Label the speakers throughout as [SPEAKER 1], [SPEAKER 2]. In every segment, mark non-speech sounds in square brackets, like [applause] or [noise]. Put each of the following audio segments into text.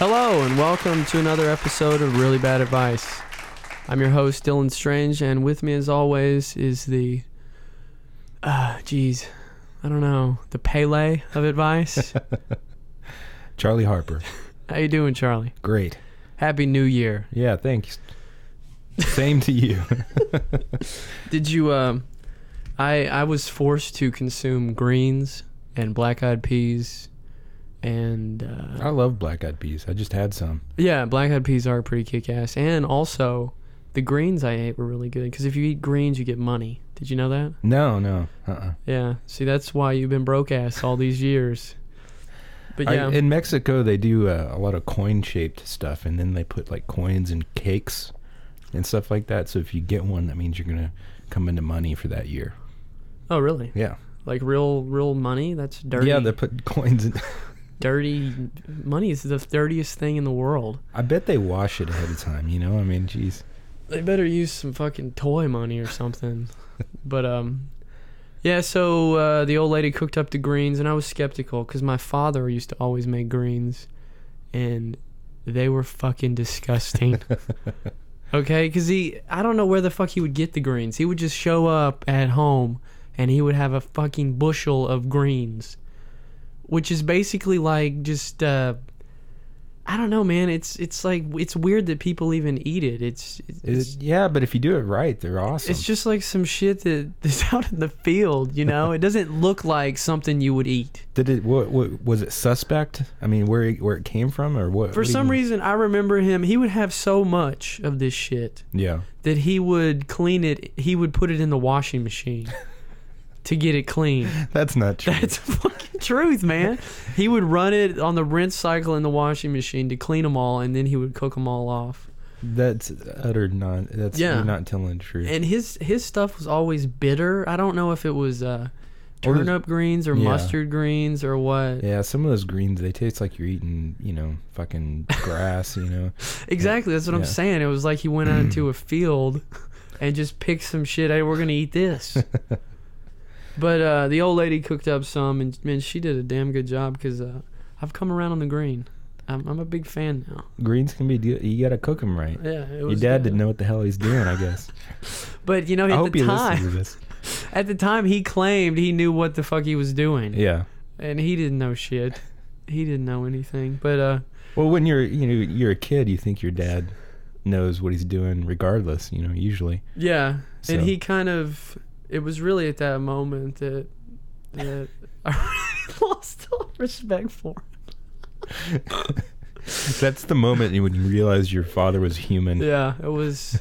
[SPEAKER 1] Hello, and welcome to another episode of Really Bad Advice. I'm your host, Dylan Strange, and with me, as always, is the. Uh, geez, I don't know, the Pele of advice.
[SPEAKER 2] Charlie Harper.
[SPEAKER 1] How you doing, Charlie?
[SPEAKER 2] Great.
[SPEAKER 1] Happy New Year.
[SPEAKER 2] Yeah, thanks. Same to you.
[SPEAKER 1] Did you? Um, I I was forced to consume greens and black-eyed peas, and uh,
[SPEAKER 2] [laughs] I love black eyed peas. I just had some.
[SPEAKER 1] yeah, black-eyed peas are pretty kick-ass. And also, the greens I ate were really good because if you eat greens, you get money. Did you know that?
[SPEAKER 2] No, no. Uh-uh.
[SPEAKER 1] Yeah. See, that's why you've been broke ass all these years. But
[SPEAKER 2] I-
[SPEAKER 1] yeah,
[SPEAKER 2] in Mexico, they do uh, a lot of coin shaped stuff, and then they put like coins and cakes and stuff like that. So if you get one, that means you're going to come into money for that year.
[SPEAKER 1] oh really?
[SPEAKER 2] Yeah.
[SPEAKER 1] Like real, real money? That's dirty.
[SPEAKER 2] Yeah, they put coins in. [laughs]
[SPEAKER 1] dirty money is the dirtiest thing in the world.
[SPEAKER 2] I bet they wash it ahead of time, you know? I mean, geez.
[SPEAKER 1] They better use some fucking toy money or something. but um, yeah. So uh, the old lady cooked up the greens, and I was skeptical because my father used to always make greens, and they were fucking disgusting. Okay, because he, I don't know where the fuck he would get the greens. He would just show up at home and he would have a fucking bushel of greens, which is basically like just, uh, I don't know, man. It's it's like it's weird that people even eat it. It's it's,
[SPEAKER 2] It- yeah, but if you do it right, they're awesome.
[SPEAKER 1] it's just like some shit that [laughs] that's out in the field. You know, it doesn't look like something you would eat.
[SPEAKER 2] Did it? What, what was it? Suspect? I mean, where it, where it came from, or what?
[SPEAKER 1] For
[SPEAKER 2] what do
[SPEAKER 1] some
[SPEAKER 2] you-
[SPEAKER 1] reason, I remember him. He would have so much of this shit
[SPEAKER 2] Yeah.
[SPEAKER 1] that he would clean it. He would put it in the washing machine to get it
[SPEAKER 2] [laughs]
[SPEAKER 1] clean.
[SPEAKER 2] That's
[SPEAKER 1] [laughs]
[SPEAKER 2] not true.
[SPEAKER 1] That's the fucking truth, man. He would run it on the rinse cycle in the washing machine to clean them all, and then he would cook them all off.
[SPEAKER 2] That's utter non. That's
[SPEAKER 1] Yeah.
[SPEAKER 2] you're not telling the truth.
[SPEAKER 1] And his his stuff was always bitter. I don't know if it was uh,
[SPEAKER 2] Or-
[SPEAKER 1] turnip greens or
[SPEAKER 2] Yeah.
[SPEAKER 1] mustard greens or what.
[SPEAKER 2] yeah, some of those greens they taste like you're eating, you know, fucking grass. You
[SPEAKER 1] [laughs]
[SPEAKER 2] know,
[SPEAKER 1] Exactly, that's what I'm
[SPEAKER 2] Yeah.
[SPEAKER 1] saying. It was like he went out
[SPEAKER 2] [clears throat]
[SPEAKER 1] into a field and just picked some shit. Hey, we're gonna eat this.
[SPEAKER 2] [laughs]
[SPEAKER 1] but uh, the old lady cooked up some, and man, she did a damn good job because uh, I've come around on the green. I'm, I'm a big fan now.
[SPEAKER 2] greens can be. good. You gotta cook them right.
[SPEAKER 1] Yeah, it
[SPEAKER 2] Your
[SPEAKER 1] was
[SPEAKER 2] dad
[SPEAKER 1] good.
[SPEAKER 2] didn't know what the hell he's doing. I guess.
[SPEAKER 1] But you know, [laughs] at
[SPEAKER 2] I hope
[SPEAKER 1] the
[SPEAKER 2] he
[SPEAKER 1] time,
[SPEAKER 2] listens to this.
[SPEAKER 1] at the time, he claimed he knew what the fuck he was doing,
[SPEAKER 2] Yeah.
[SPEAKER 1] and he didn't know shit. He didn't know anything. But uh,
[SPEAKER 2] Well, when you're you know you're a kid, you think your dad knows what he's doing, regardless. You know, usually.
[SPEAKER 1] yeah,
[SPEAKER 2] So-
[SPEAKER 1] and he kind of. It was really at that moment that that [laughs] I really lost all respect for. him.
[SPEAKER 2] That's the moment when you realize your father was human.
[SPEAKER 1] Yeah, it
[SPEAKER 2] [laughs]
[SPEAKER 1] was.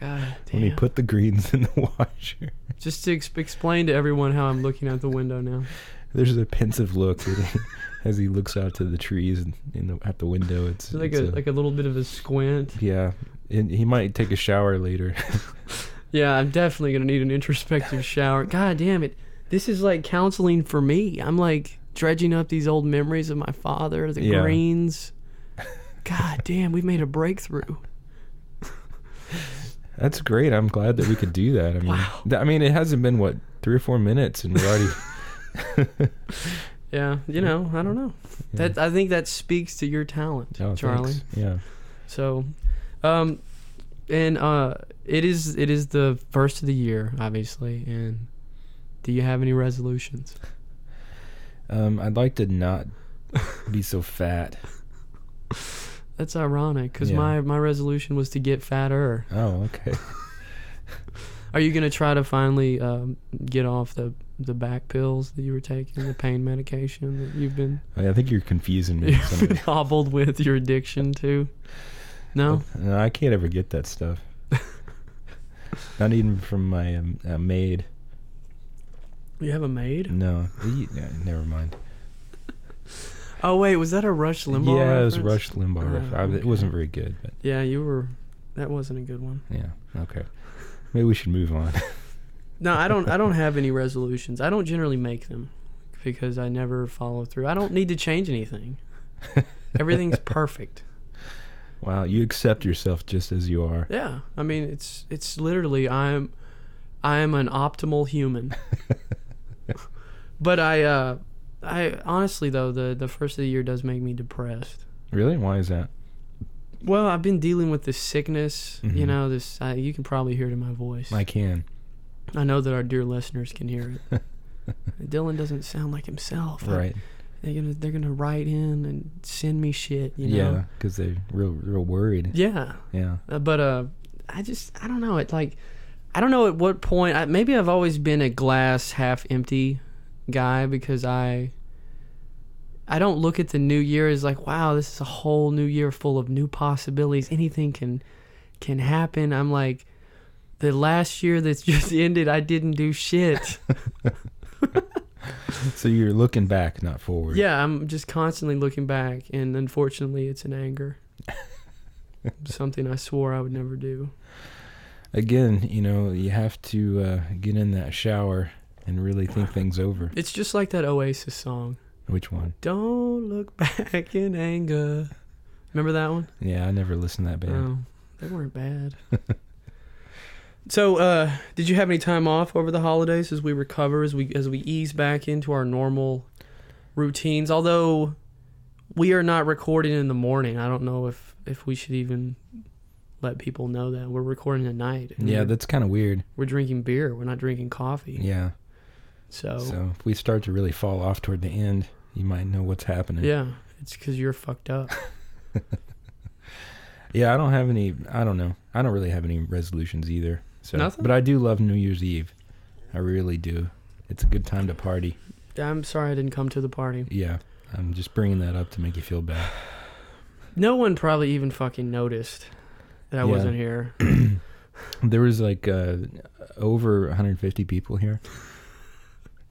[SPEAKER 1] God
[SPEAKER 2] When he
[SPEAKER 1] damn.
[SPEAKER 2] put the greens in the [laughs] washer,
[SPEAKER 1] Just to ex- explain to everyone how I'm looking out the window now.
[SPEAKER 2] there's a pensive look that he, [laughs] as he looks out to the trees and in the, out the window. It's
[SPEAKER 1] It's like
[SPEAKER 2] it's
[SPEAKER 1] a like a little bit of a squint.
[SPEAKER 2] Yeah, and he might take a shower later. [laughs]
[SPEAKER 1] Yeah, I'm definitely gonna need an introspective shower. God damn it. This is like counseling for me. I'm like dredging up these old memories of my father, the
[SPEAKER 2] Yeah. [laughs]
[SPEAKER 1] greens. God damn, we've made a breakthrough.
[SPEAKER 2] That's great. I'm glad that we could do that. I mean,
[SPEAKER 1] Wow.
[SPEAKER 2] th- I mean, it hasn't been what three or four minutes, and we're already.
[SPEAKER 1] [laughs]
[SPEAKER 2] [laughs]
[SPEAKER 1] Yeah, you know, I don't know.
[SPEAKER 2] Yeah.
[SPEAKER 1] That I think that speaks to your talent,
[SPEAKER 2] Oh,
[SPEAKER 1] Charlie.
[SPEAKER 2] thanks. Yeah.
[SPEAKER 1] So um and uh it is it is the first of the year, obviously, and do you have any resolutions?
[SPEAKER 2] Um, I'd like to not be so fat.
[SPEAKER 1] That's ironic because
[SPEAKER 2] Yeah.
[SPEAKER 1] my, my resolution was to get fatter.
[SPEAKER 2] Oh, okay.
[SPEAKER 1] Are you gonna try to finally um, get off the the back pills that you were taking, the pain medication that you've
[SPEAKER 2] [laughs]
[SPEAKER 1] been
[SPEAKER 2] Oh, I, mean, I think you're
[SPEAKER 1] [laughs]
[SPEAKER 2] confusing me. with
[SPEAKER 1] you've been
[SPEAKER 2] somebody.
[SPEAKER 1] hobbled with, your addiction to? No,
[SPEAKER 2] [laughs] no, I can't ever get
[SPEAKER 1] [laughs]
[SPEAKER 2] that stuff. Not even from my um, uh, maid.
[SPEAKER 1] you have a maid.
[SPEAKER 2] No, You- no, never mind.
[SPEAKER 1] Oh wait, was that a Rush Limbaugh?
[SPEAKER 2] yeah, it was
[SPEAKER 1] reference?
[SPEAKER 2] Rush Limbaugh. ref-
[SPEAKER 1] Oh,
[SPEAKER 2] I-
[SPEAKER 1] okay.
[SPEAKER 2] It wasn't very good, but
[SPEAKER 1] Yeah, you were. That wasn't a good one.
[SPEAKER 2] yeah, okay. Maybe we should move on. [laughs]
[SPEAKER 1] No, I don't. I don't have any resolutions. I don't generally make them because I never follow through. I don't need to change anything. Everything's perfect.
[SPEAKER 2] Wow, you accept yourself just as you are.
[SPEAKER 1] Yeah, I mean it's it's literally I'm I'm an optimal human. but I uh I honestly though the the first of the year does make me depressed.
[SPEAKER 2] Really? Why is that?
[SPEAKER 1] Well, I've been dealing with this sickness. You
[SPEAKER 2] Mhm.
[SPEAKER 1] know, this I, you can probably hear it in my voice.
[SPEAKER 2] I can.
[SPEAKER 1] I know that our dear listeners can hear it. Dylan doesn't sound like himself. I-
[SPEAKER 2] Right.
[SPEAKER 1] they're gonna they're gonna write in and send me shit. You know.
[SPEAKER 2] Yeah, because they're real, real worried.
[SPEAKER 1] Yeah.
[SPEAKER 2] Yeah.
[SPEAKER 1] Uh, but uh, I just I don't know. It like I don't know at what point. I, maybe I've always been a glass half empty guy because I I don't look at the new year as like wow this is a whole new year full of new possibilities. Anything can can happen. I'm like the last year that's [laughs] just ended. I didn't do shit.
[SPEAKER 2] So you're looking back, not forward.
[SPEAKER 1] yeah, I'm just constantly looking back, and unfortunately, it's an anger. Something I swore I would never do.
[SPEAKER 2] Again, you know, you have to uh, get in that shower and really think things over.
[SPEAKER 1] It's just like that Oasis song.
[SPEAKER 2] Which one?
[SPEAKER 1] Don't look back in anger. Remember that one?
[SPEAKER 2] Yeah, I never listened to that band.
[SPEAKER 1] No, Oh, they weren't bad. [laughs] so, uh, did you have any time off over the holidays as we recover, as we as we ease back into our normal routines? Although we are not recording in the morning, I don't know if if we should even let people know that we're recording at night. and
[SPEAKER 2] Yeah,
[SPEAKER 1] we're,
[SPEAKER 2] that's kind of weird.
[SPEAKER 1] we're drinking beer. We're not drinking coffee.
[SPEAKER 2] Yeah.
[SPEAKER 1] So,
[SPEAKER 2] So if we start to really fall off toward the end, you might know what's happening.
[SPEAKER 1] yeah, it's because you're fucked up.
[SPEAKER 2] Yeah, I don't have any. I don't know. I don't really have any resolutions either. So,
[SPEAKER 1] Nothing?
[SPEAKER 2] but I do love New Year's Eve. I really do. It's a good time to party.
[SPEAKER 1] I'm sorry I didn't come to the party.
[SPEAKER 2] Yeah, I'm just bringing that up to make you feel bad.
[SPEAKER 1] No one probably even fucking noticed that I
[SPEAKER 2] Yeah.
[SPEAKER 1] wasn't here.
[SPEAKER 2] There was like uh, over 150 people here.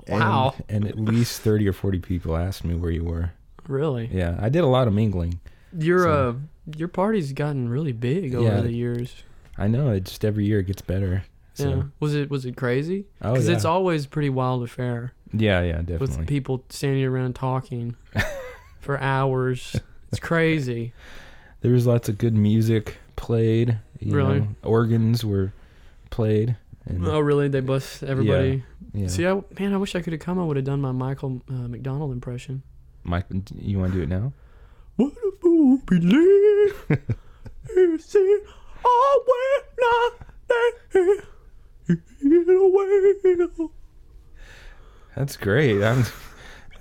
[SPEAKER 2] And-
[SPEAKER 1] Wow.
[SPEAKER 2] And, at least 30 or 40 people asked me where you were.
[SPEAKER 1] Really.
[SPEAKER 2] Yeah, I did a lot of mingling.
[SPEAKER 1] Your
[SPEAKER 2] So-
[SPEAKER 1] uh your party's gotten really big over
[SPEAKER 2] Yeah.
[SPEAKER 1] the years.
[SPEAKER 2] I know it just every year it gets better. So.
[SPEAKER 1] yeah. Was it was it crazy?
[SPEAKER 2] Oh
[SPEAKER 1] Cuz
[SPEAKER 2] yeah.
[SPEAKER 1] it's always a pretty wild affair
[SPEAKER 2] yeah, yeah, definitely.
[SPEAKER 1] with people standing around
[SPEAKER 2] [laughs]
[SPEAKER 1] talking for hours. It's crazy.
[SPEAKER 2] there was lots of good music played. You
[SPEAKER 1] Really?
[SPEAKER 2] know, organs were played. And,
[SPEAKER 1] oh, really? They bust everybody.
[SPEAKER 2] yeah.
[SPEAKER 1] See, I, man, I wish I could have come. I would have done my Michael uh, McDonald impression.
[SPEAKER 2] Mike, d- you want to do it now?
[SPEAKER 1] What a fool believe is it all when I get away.
[SPEAKER 2] That's great. I'm,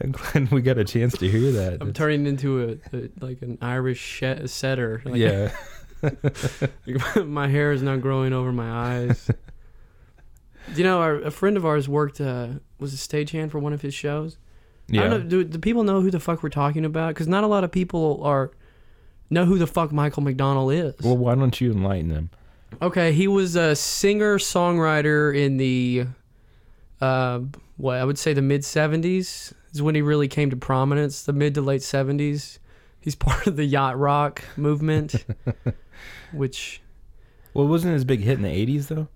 [SPEAKER 2] I'm glad we got a chance to hear that.
[SPEAKER 1] I'm turning into a, a like an Irish she- setter. [laughs] Like,
[SPEAKER 2] yeah.
[SPEAKER 1] my hair is not growing over my
[SPEAKER 2] [laughs]
[SPEAKER 1] eyes. you know, our, a friend of ours worked uh, was a stagehand for one of his shows. I
[SPEAKER 2] Yeah.
[SPEAKER 1] don't know, do, do people know who the fuck we're talking about? Because not a lot of people are know who the fuck Michael McDonald is.
[SPEAKER 2] Well, why don't you enlighten them?
[SPEAKER 1] Okay, he was a singer songwriter in the, uh, what I would say the mid '70s is when he really came to prominence. The mid to late '70s, he's [laughs] part of the yacht rock
[SPEAKER 2] [laughs]
[SPEAKER 1] movement, which
[SPEAKER 2] Well, wasn't his big hit in the 80s, though?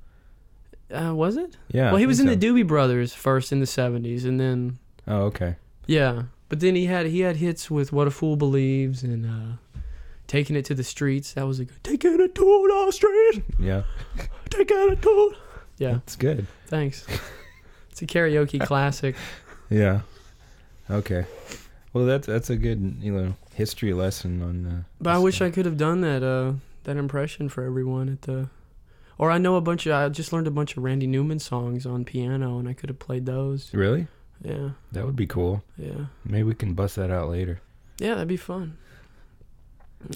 [SPEAKER 1] uh, was it?
[SPEAKER 2] Yeah.
[SPEAKER 1] well,
[SPEAKER 2] I
[SPEAKER 1] he was in
[SPEAKER 2] think
[SPEAKER 1] the Doobie Brothers first in the '70s, and then
[SPEAKER 2] so. Oh, okay.
[SPEAKER 1] yeah, but then he had he had hits with "What a Fool Believes" and uh, "Taking It to the Streets." That was a good "Taking It to the Streets,
[SPEAKER 2] Yeah.
[SPEAKER 1] Taking It to." Yeah,
[SPEAKER 2] It's good.
[SPEAKER 1] Thanks. It's a karaoke classic.
[SPEAKER 2] Yeah. Okay. Well, that's that's a good you know history lesson on uh, the.
[SPEAKER 1] But I wish I could have done that uh that impression for everyone at the or I know a bunch of I just learned a bunch of Randy Newman songs on piano and I could have played those.
[SPEAKER 2] Really?
[SPEAKER 1] Yeah.
[SPEAKER 2] That would be cool.
[SPEAKER 1] Yeah.
[SPEAKER 2] Maybe we can bust that out later.
[SPEAKER 1] Yeah, that'd be fun.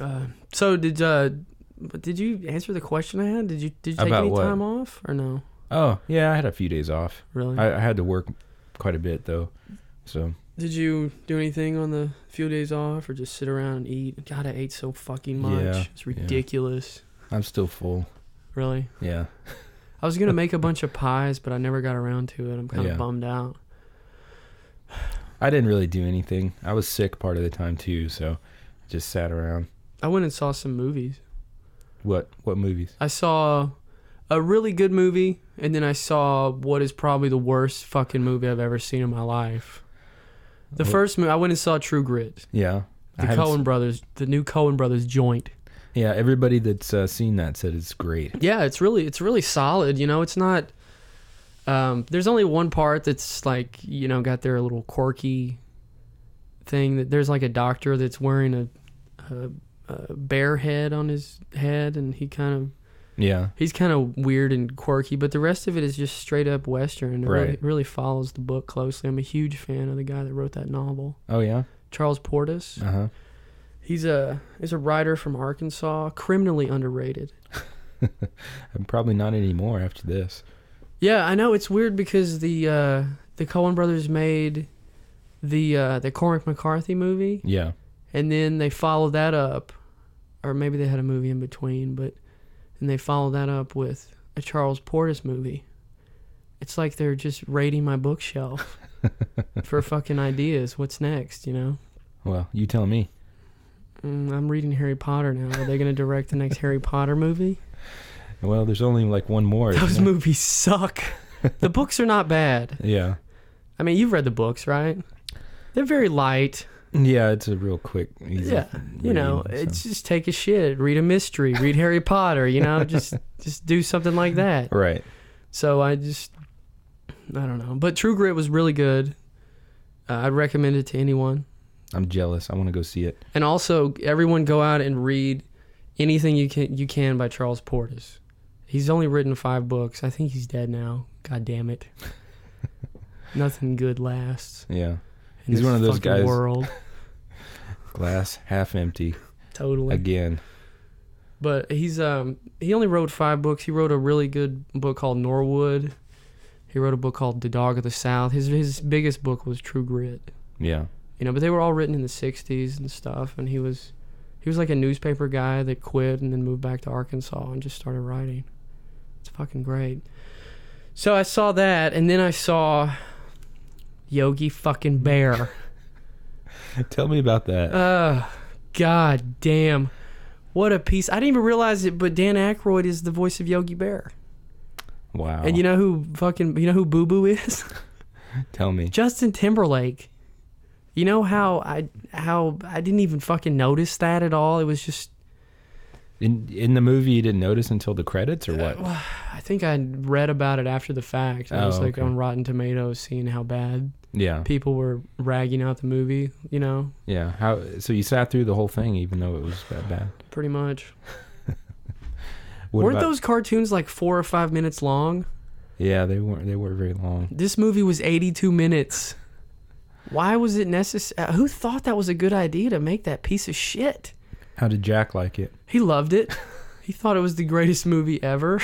[SPEAKER 1] Uh so did uh but did you answer the question I had? Did you did you take
[SPEAKER 2] About
[SPEAKER 1] any
[SPEAKER 2] what?
[SPEAKER 1] time off or no?
[SPEAKER 2] Oh yeah, I had a few days off.
[SPEAKER 1] Really?
[SPEAKER 2] I, I had to work quite a bit though, so
[SPEAKER 1] did you do anything on the few days off or just sit around and eat? God, I ate so fucking much.
[SPEAKER 2] Yeah,
[SPEAKER 1] It's
[SPEAKER 2] yeah.
[SPEAKER 1] ridiculous.
[SPEAKER 2] I'm still full.
[SPEAKER 1] Really?
[SPEAKER 2] Yeah.
[SPEAKER 1] I was gonna make a bunch of pies, but I never got around to it. I'm kind of
[SPEAKER 2] Yeah.
[SPEAKER 1] bummed out.
[SPEAKER 2] I didn't really do anything. I was sick part of the time too, so I just sat around.
[SPEAKER 1] I went and saw some movies.
[SPEAKER 2] What what movies?
[SPEAKER 1] I saw a really good movie, and then I saw what is probably the worst fucking movie I've ever seen in my life. The
[SPEAKER 2] What-
[SPEAKER 1] first movie I went and saw True Grit,
[SPEAKER 2] Yeah. I
[SPEAKER 1] the
[SPEAKER 2] haven't
[SPEAKER 1] Cohen Brothers, the new Cohen Brothers joint.
[SPEAKER 2] s- yeah, everybody that's uh, seen that said it's great.
[SPEAKER 1] Yeah, it's really it's really solid. You know, it's not. Um, there's only one part that's like you know got their little quirky thing that there's like a doctor that's wearing a, a, a bear head on his head, and he kind of
[SPEAKER 2] Yeah.
[SPEAKER 1] he's kind of weird and quirky. But the rest of it is just straight up western. It really,
[SPEAKER 2] Right.
[SPEAKER 1] really follows the book closely. I'm a huge fan of the guy that wrote that novel,
[SPEAKER 2] Oh yeah.
[SPEAKER 1] Charles Portis.
[SPEAKER 2] Uh huh.
[SPEAKER 1] He's a he's a writer from Arkansas, criminally underrated.
[SPEAKER 2] I'm probably not anymore after this.
[SPEAKER 1] Yeah, I know it's weird because the uh, the Coen Brothers made the uh, the Cormac McCarthy movie,
[SPEAKER 2] Yeah.
[SPEAKER 1] and then they followed that up, or maybe they had a movie in between, but and they followed that up with a Charles Portis movie. It's like they're just raiding my
[SPEAKER 2] [laughs]
[SPEAKER 1] bookshelf for fucking ideas. What's next? You know,
[SPEAKER 2] Well, you tell me.
[SPEAKER 1] mm, I'm reading Harry Potter now. Are they going to direct the next Harry Potter
[SPEAKER 2] [laughs]
[SPEAKER 1] movie?
[SPEAKER 2] Well, there's only like one more.
[SPEAKER 1] Those
[SPEAKER 2] isn't there?
[SPEAKER 1] movies suck. the books are not bad.
[SPEAKER 2] yeah.
[SPEAKER 1] I mean, you've read the books, right? They're very light.
[SPEAKER 2] Yeah, it's a real quick. Easy
[SPEAKER 1] Yeah, You know,
[SPEAKER 2] read, so.
[SPEAKER 1] it's just take a shit, read a mystery, read Harry Potter, you know, just just do something like that.
[SPEAKER 2] right.
[SPEAKER 1] So I just I don't know. But True Grit was really good. Uh, I'd recommend it to anyone.
[SPEAKER 2] I'm jealous. I want to go see it.
[SPEAKER 1] And also everyone go out and read anything you can you can by Charles Portis. He's only written 5 books. I think he's dead now. God damn
[SPEAKER 2] [laughs]
[SPEAKER 1] it. Nothing good lasts.
[SPEAKER 2] Yeah.
[SPEAKER 1] in
[SPEAKER 2] He's
[SPEAKER 1] this
[SPEAKER 2] one of those
[SPEAKER 1] fucking
[SPEAKER 2] guys-
[SPEAKER 1] World
[SPEAKER 2] Glass half empty
[SPEAKER 1] totally.
[SPEAKER 2] again.
[SPEAKER 1] But he's um he only wrote five books. He wrote a really good book called Norwood. He wrote a book called The Dog of the South. His his biggest book was True Grit. [laughs]
[SPEAKER 2] Yeah.
[SPEAKER 1] You know, but they were all written in the '60s and stuff. And he was he was like a newspaper guy that quit and then moved back to Arkansas and just started writing. It's fucking great. So I saw that, and then I saw Yogi fucking Bear.
[SPEAKER 2] tell me about that.
[SPEAKER 1] Uh, God damn. What a piece. I didn't even realize it, but Dan Aykroyd is the voice of Yogi Bear.
[SPEAKER 2] wow.
[SPEAKER 1] And you know who fucking, you know who Boo Boo is? [laughs]
[SPEAKER 2] tell me.
[SPEAKER 1] Justin Timberlake. You know how I, how I didn't even fucking notice that at all. It was just,
[SPEAKER 2] In in the movie, you didn't notice until the credits, or what?
[SPEAKER 1] Uh, I think I read about it after the fact. I
[SPEAKER 2] Oh,
[SPEAKER 1] was like
[SPEAKER 2] okay.
[SPEAKER 1] on Rotten Tomatoes seeing how bad
[SPEAKER 2] yeah.
[SPEAKER 1] people were ragging out the movie, you know,
[SPEAKER 2] Yeah. How? So you sat through the whole thing, even though it was that bad.
[SPEAKER 1] pretty much.
[SPEAKER 2] What
[SPEAKER 1] Weren't
[SPEAKER 2] about-
[SPEAKER 1] those cartoons like four or five minutes long?
[SPEAKER 2] Yeah, they weren't. They were very long.
[SPEAKER 1] This movie was 82 minutes. Why was it necessary? Who thought that was a good idea to make that piece of shit?
[SPEAKER 2] How did Jack like it?
[SPEAKER 1] He loved
[SPEAKER 2] [laughs]
[SPEAKER 1] it. He thought it was the greatest movie ever.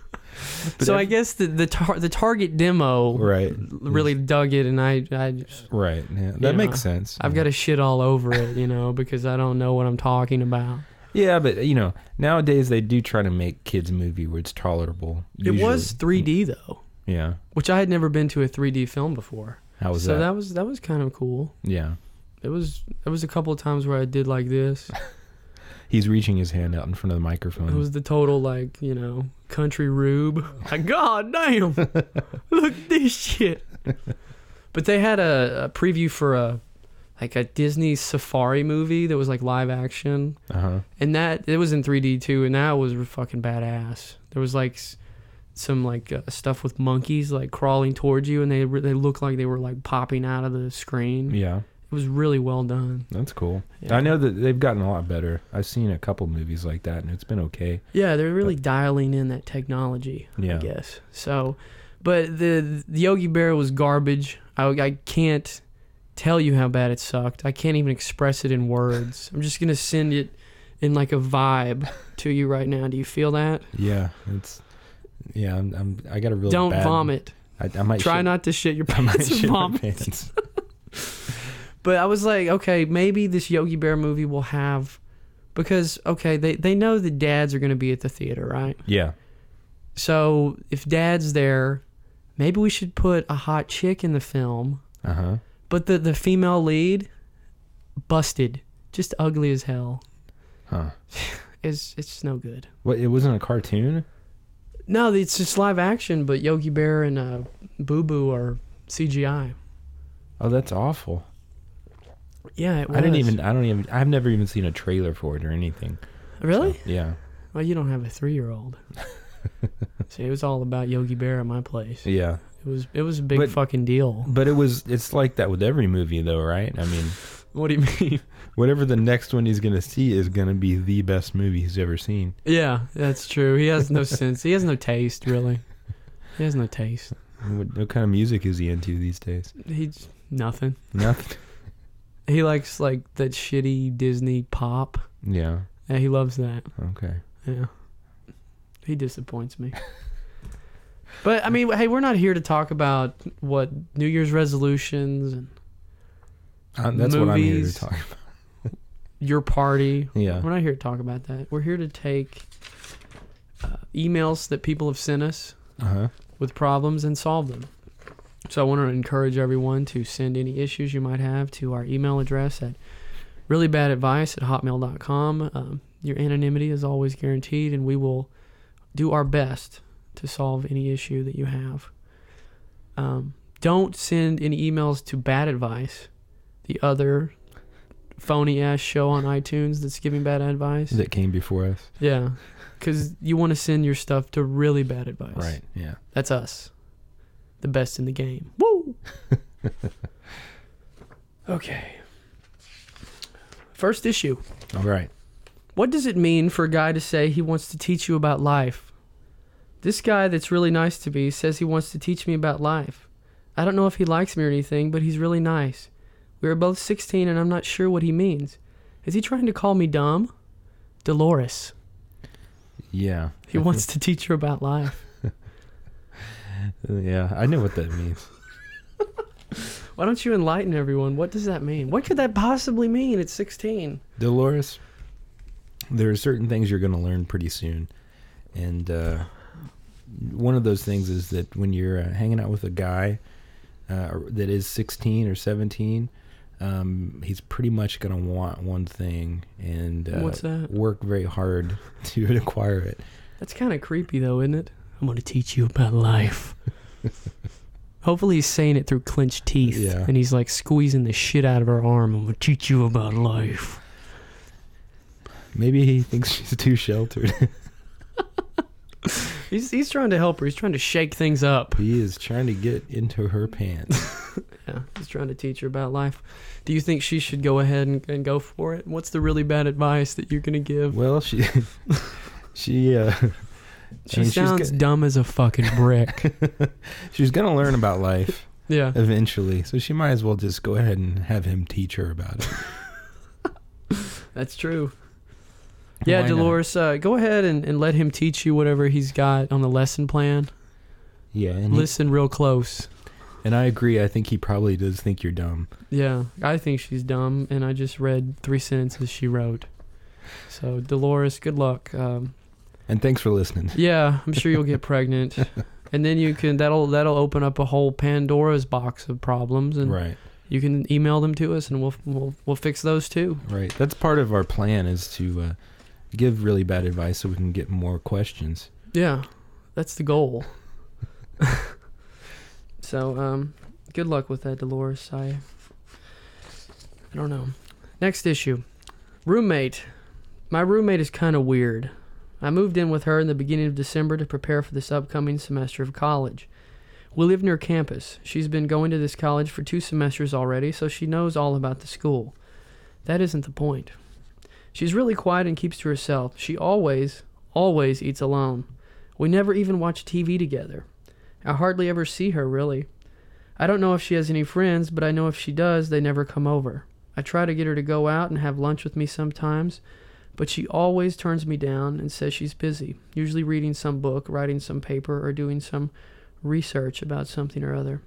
[SPEAKER 1] [laughs] so I guess the the, tar- the target demo
[SPEAKER 2] Right.
[SPEAKER 1] really dug it, and I I just,
[SPEAKER 2] Right. Yeah.
[SPEAKER 1] Yeah.
[SPEAKER 2] That makes sense.
[SPEAKER 1] I've got to shit all over it, you know, because I don't know what I'm talking about.
[SPEAKER 2] Yeah, but you know, nowadays they do try to make kids movie where it's tolerable.
[SPEAKER 1] It was
[SPEAKER 2] usually. Mm.
[SPEAKER 1] 3D though,
[SPEAKER 2] Yeah.
[SPEAKER 1] which I had never been to a 3D film before.
[SPEAKER 2] How was
[SPEAKER 1] so
[SPEAKER 2] that?
[SPEAKER 1] that was that was kind of cool.
[SPEAKER 2] Yeah.
[SPEAKER 1] It was it was a couple of times where I did like
[SPEAKER 2] [laughs]
[SPEAKER 1] this.
[SPEAKER 2] He's reaching his hand out in front of the microphone.
[SPEAKER 1] It was the total like you know country rube. [laughs] Like God damn, look at this
[SPEAKER 2] [laughs]
[SPEAKER 1] shit. But they had a, a preview for a like a Disney safari movie that was like live action,
[SPEAKER 2] uh-huh.
[SPEAKER 1] and that it was in 3D too, and that was fucking badass. There was like s- some like uh, stuff with monkeys like crawling towards you, and they re- they looked like they were like popping out of the screen.
[SPEAKER 2] Yeah.
[SPEAKER 1] It was really well done.
[SPEAKER 2] That's cool.
[SPEAKER 1] Yeah.
[SPEAKER 2] I know that they've gotten a lot better. I've seen a couple movies like that and it's been okay.
[SPEAKER 1] Yeah, they're really dialing in that technology. I
[SPEAKER 2] Yeah.
[SPEAKER 1] guess. So, but the, the Yogi Bear was garbage. I, I can't tell you how bad it sucked. I can't even express it in
[SPEAKER 2] [laughs]
[SPEAKER 1] words. I'm just gonna send it in like a vibe to you right now. Do you feel that?
[SPEAKER 2] Yeah, it's yeah, I'm, I'm I got a really
[SPEAKER 1] Don't
[SPEAKER 2] bad-
[SPEAKER 1] vomit.
[SPEAKER 2] I, I might
[SPEAKER 1] Try
[SPEAKER 2] shit-
[SPEAKER 1] not to [laughs] shit your
[SPEAKER 2] I might
[SPEAKER 1] pants and
[SPEAKER 2] shit my
[SPEAKER 1] vomit. [laughs]
[SPEAKER 2] pants.
[SPEAKER 1] But I was like, okay, maybe this Yogi Bear movie will have because okay, they they know the dads are gonna be at the theater, right?
[SPEAKER 2] Yeah.
[SPEAKER 1] So if dad's there, maybe we should put a hot chick in the film.
[SPEAKER 2] Uh-huh.
[SPEAKER 1] But the the female lead, busted, just ugly as hell.
[SPEAKER 2] Huh.
[SPEAKER 1] [laughs] It's it's no good.
[SPEAKER 2] What it wasn't a cartoon?
[SPEAKER 1] No, it's just live action, but Yogi Bear and uh, Boo Boo are CGI.
[SPEAKER 2] Oh, that's awful.
[SPEAKER 1] Yeah, it was.
[SPEAKER 2] I didn't even I don't even I've never even seen a trailer for it or anything.
[SPEAKER 1] really.
[SPEAKER 2] Yeah.
[SPEAKER 1] Well, you don't have a three year [laughs] old. See, it was all about Yogi Bear at my place.
[SPEAKER 2] Yeah.
[SPEAKER 1] It was it was a big
[SPEAKER 2] But-
[SPEAKER 1] fucking deal.
[SPEAKER 2] But it was it's like that with every movie though, right? I mean,
[SPEAKER 1] What do you mean?
[SPEAKER 2] Whatever the next one he's gonna see is gonna be the best movie he's ever seen.
[SPEAKER 1] [laughs] yeah, that's true. He has no sense. He has no taste, really. He has no taste.
[SPEAKER 2] What, what kind of music is he into these days?
[SPEAKER 1] He's nothing.
[SPEAKER 2] Nothing.
[SPEAKER 1] He likes like that shitty Disney pop.
[SPEAKER 2] yeah.
[SPEAKER 1] Yeah, he loves that.
[SPEAKER 2] Okay.
[SPEAKER 1] Yeah. He disappoints me. but I mean, hey, we're not here to talk about what New Year's resolutions and
[SPEAKER 2] Uh, that's what I'm here to
[SPEAKER 1] Movies.
[SPEAKER 2] talk about.
[SPEAKER 1] your party.
[SPEAKER 2] Yeah.
[SPEAKER 1] We're not here to talk about that. We're here to take uh, emails that people have sent us
[SPEAKER 2] Uh huh.
[SPEAKER 1] with problems and solve them. So I want to encourage everyone to send any issues you might have to our email address at reallybadadvice at hotmail.com. Um, your anonymity is always guaranteed, and we will do our best to solve any issue that you have. Um, don't send any emails to Bad Advice, the other phony ass show on iTunes that's giving bad advice.
[SPEAKER 2] [laughs] That came before us.
[SPEAKER 1] Yeah, because you want to send your stuff to really bad advice.
[SPEAKER 2] Yeah.
[SPEAKER 1] That's us. The best in the game. Woo! [laughs] okay. First issue.
[SPEAKER 2] All right.
[SPEAKER 1] What does it mean for a guy to say he wants to teach you about life? This guy that's really nice to me says he wants to teach me about life. I don't know if he likes me or anything, but he's really nice. We are both 16 and I'm not sure what he means. Is he trying to call me dumb? Dolores.
[SPEAKER 2] Yeah.
[SPEAKER 1] He wants to teach her about life.
[SPEAKER 2] Yeah. I know what that means.
[SPEAKER 1] Why don't you enlighten everyone? What does that mean? What could that possibly mean at 16?
[SPEAKER 2] [laughs] Dolores, there are certain things you're going to learn pretty soon. And uh, one of those things is that when you're uh, hanging out with a guy uh, or- that is 16 or 17, um, he's pretty much going to want one thing and uh,
[SPEAKER 1] What's that?
[SPEAKER 2] work very hard [laughs] to acquire it.
[SPEAKER 1] That's kind of creepy, though, isn't it? I'm going to teach you about
[SPEAKER 2] [laughs]
[SPEAKER 1] life. Hopefully, he's saying it through clenched teeth.
[SPEAKER 2] Yeah.
[SPEAKER 1] And he's like squeezing the shit out of her arm. I'm going to teach you about life.
[SPEAKER 2] Maybe he thinks she's too sheltered.
[SPEAKER 1] He's, he's trying to help her. He's trying to shake things up.
[SPEAKER 2] he is trying to get into her pants.
[SPEAKER 1] [laughs] Yeah, he's trying to teach her about life. Do you think she should go ahead and, and go for it? What's the really bad advice that you're going to give?
[SPEAKER 2] well, she. [laughs] She uh,
[SPEAKER 1] She
[SPEAKER 2] mean, she's
[SPEAKER 1] sounds
[SPEAKER 2] got-
[SPEAKER 1] dumb as a fucking
[SPEAKER 2] [laughs]
[SPEAKER 1] brick.
[SPEAKER 2] she's gonna learn about life,
[SPEAKER 1] yeah.
[SPEAKER 2] eventually. So she might as well just go ahead and have him teach her about it.
[SPEAKER 1] That's true. Yeah,
[SPEAKER 2] Why not?
[SPEAKER 1] Dolores, uh, go ahead and, and let him teach you whatever he's got on the lesson plan.
[SPEAKER 2] Yeah, and, he-
[SPEAKER 1] Listen real close.
[SPEAKER 2] and I agree. I think he probably does think you're dumb.
[SPEAKER 1] Yeah, I think she's dumb, and I just read three sentences she wrote. So, Dolores, good luck. Um,
[SPEAKER 2] And thanks for listening.
[SPEAKER 1] yeah, I'm sure you'll get pregnant, and then you can that'll that'll open up a whole Pandora's box of problems, and
[SPEAKER 2] Right,
[SPEAKER 1] you can email them to us, and we'll we'll we'll fix those too.
[SPEAKER 2] right. That's part of our plan is to uh, give really bad advice so we can get more questions.
[SPEAKER 1] Yeah, that's the goal. [laughs] so, um, good luck with that, Dolores. I, I don't know. Next issue, roommate. My roommate is kind of weird. I moved in with her in the beginning of December to prepare for this upcoming semester of college. We live near campus. She's been going to this college for two semesters already, so she knows all about the school. That isn't the point. She's really quiet and keeps to herself. She always, always eats alone. We never even watch TV together. I hardly ever see her, really. I don't know if she has any friends, but I know if she does, they never come over. I try to get her to go out and have lunch with me sometimes, but she always turns me down and says she's busy, usually reading some book, writing some paper, or doing some research about something or other.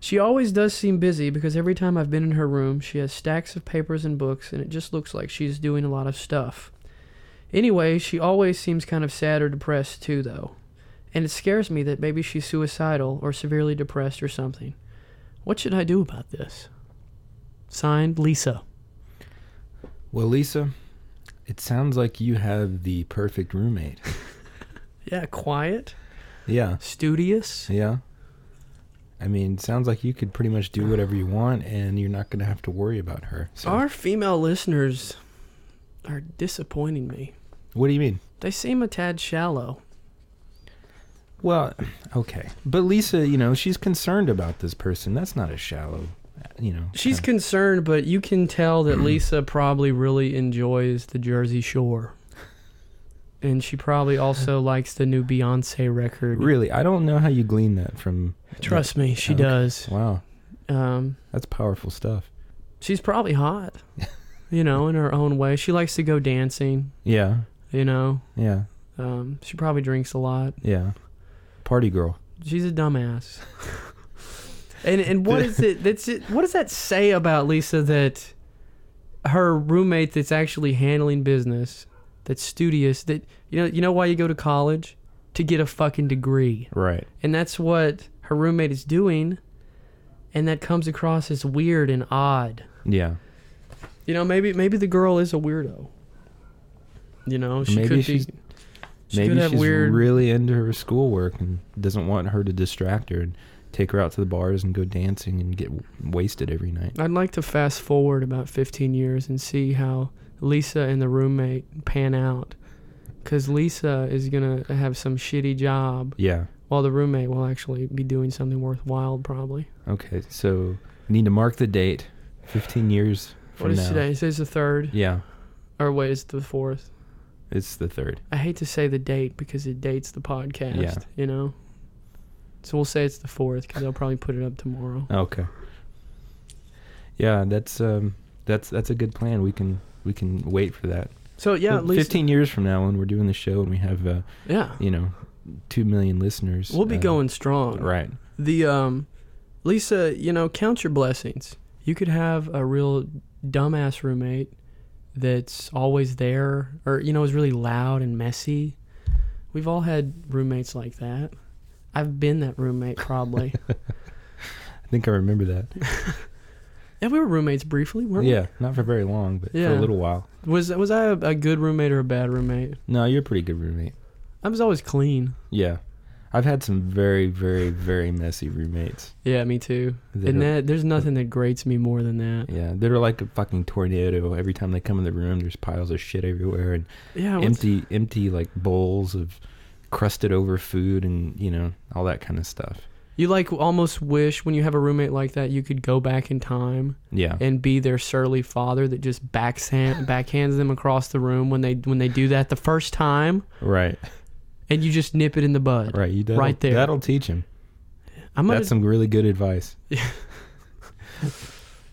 [SPEAKER 1] She always does seem busy because every time I've been in her room, she has stacks of papers and books, and it just looks like she's doing a lot of stuff. Anyway, she always seems kind of sad or depressed, too, though. And it scares me that maybe she's suicidal or severely depressed or something. What should I do about this? Signed, Lisa.
[SPEAKER 2] Well, Lisa, it sounds like you have the perfect roommate. [laughs]
[SPEAKER 1] Yeah, quiet,
[SPEAKER 2] yeah,
[SPEAKER 1] studious.
[SPEAKER 2] yeah. I mean, sounds like you could pretty much do whatever you want, and you're not going to have to worry about her. So,
[SPEAKER 1] Our female listeners are disappointing me.
[SPEAKER 2] what do you mean?
[SPEAKER 1] They seem a tad shallow.
[SPEAKER 2] [clears throat] Well, okay. But Lisa, you know, she's concerned about this person. That's not a shallow you know.
[SPEAKER 1] She's
[SPEAKER 2] kinda-
[SPEAKER 1] concerned, but you can tell that Lisa probably really enjoys the Jersey Shore. And she probably also likes the new Beyonce record.
[SPEAKER 2] really. I don't know how you glean that from.
[SPEAKER 1] Trust me, she
[SPEAKER 2] Okay.
[SPEAKER 1] does.
[SPEAKER 2] Wow,
[SPEAKER 1] Um,
[SPEAKER 2] that's powerful stuff.
[SPEAKER 1] she's probably hot, you know, in her own way. She likes to go dancing,
[SPEAKER 2] Yeah,
[SPEAKER 1] you know.
[SPEAKER 2] yeah,
[SPEAKER 1] Um, she probably drinks a lot.
[SPEAKER 2] yeah. Party girl.
[SPEAKER 1] She's a dumbass. and and what is it that's it, what does that say about Lisa that her roommate that's actually handling business, that's studious, that you know you know why you go to college? To get a fucking degree.
[SPEAKER 2] Right.
[SPEAKER 1] And that's what her roommate is doing and that comes across as weird and odd.
[SPEAKER 2] Yeah.
[SPEAKER 1] You know, maybe maybe the girl is a weirdo. You know, she
[SPEAKER 2] Maybe
[SPEAKER 1] could be
[SPEAKER 2] she's-
[SPEAKER 1] she
[SPEAKER 2] Maybe
[SPEAKER 1] could have
[SPEAKER 2] she's
[SPEAKER 1] weird
[SPEAKER 2] really into her schoolwork and doesn't want her to distract her and take her out to the bars and go dancing and get w- wasted every night.
[SPEAKER 1] I'd like to fast forward about 15 years and see how Lisa and the roommate pan out. Because Lisa is going to have some shitty job
[SPEAKER 2] Yeah.
[SPEAKER 1] while the roommate will actually be doing something worthwhile, probably.
[SPEAKER 2] Okay. So need to mark the date. Fifteen years from
[SPEAKER 1] What is
[SPEAKER 2] now.
[SPEAKER 1] today? Today's the third.
[SPEAKER 2] Yeah.
[SPEAKER 1] Or wait, it's the fourth.
[SPEAKER 2] It's the third.
[SPEAKER 1] I hate to say the date because it dates the podcast,
[SPEAKER 2] Yeah.
[SPEAKER 1] you know? So we'll say it's the fourth because I'll probably put it up tomorrow.
[SPEAKER 2] Okay. Yeah, that's um that's that's a good plan. We can we can wait for that.
[SPEAKER 1] So yeah,
[SPEAKER 2] Fif-
[SPEAKER 1] Lisa.
[SPEAKER 2] fifteen years from now when we're doing the show and we have uh,
[SPEAKER 1] Yeah.
[SPEAKER 2] you know, two million listeners.
[SPEAKER 1] We'll be
[SPEAKER 2] uh,
[SPEAKER 1] going strong.
[SPEAKER 2] right.
[SPEAKER 1] the um Lisa, you know, count your blessings. You could have a real dumbass roommate that's always there or you know is really loud and messy. We've all had roommates like that. I've been that roommate probably.
[SPEAKER 2] [laughs] I think I remember that.
[SPEAKER 1] and we were roommates briefly, weren't
[SPEAKER 2] yeah, not for very long, but for
[SPEAKER 1] Yeah.
[SPEAKER 2] a little while.
[SPEAKER 1] we? Was was I a, a good roommate or a bad roommate?
[SPEAKER 2] No, you're a pretty good roommate.
[SPEAKER 1] I was always clean.
[SPEAKER 2] Yeah. I've had some very, very, very messy roommates.
[SPEAKER 1] Yeah, me too.
[SPEAKER 2] That
[SPEAKER 1] and
[SPEAKER 2] are-
[SPEAKER 1] that there's nothing that grates me more than that.
[SPEAKER 2] yeah, they're like a fucking tornado. Every time they come in the room, there's piles of shit everywhere and
[SPEAKER 1] Yeah, Oh, what's-
[SPEAKER 2] empty, empty like bowls of crusted over food and you know all that kind of stuff.
[SPEAKER 1] you like almost wish when you have a roommate like that you could go back in time
[SPEAKER 2] Yeah,
[SPEAKER 1] and be their surly father that just
[SPEAKER 2] [laughs]
[SPEAKER 1] backhand, backhands them across the room when they when they do that the first time,
[SPEAKER 2] right,
[SPEAKER 1] and you just nip it in the bud.
[SPEAKER 2] right. You that'll,
[SPEAKER 1] Right there.
[SPEAKER 2] That'll teach him.
[SPEAKER 1] I'm gonna
[SPEAKER 2] That's some really good advice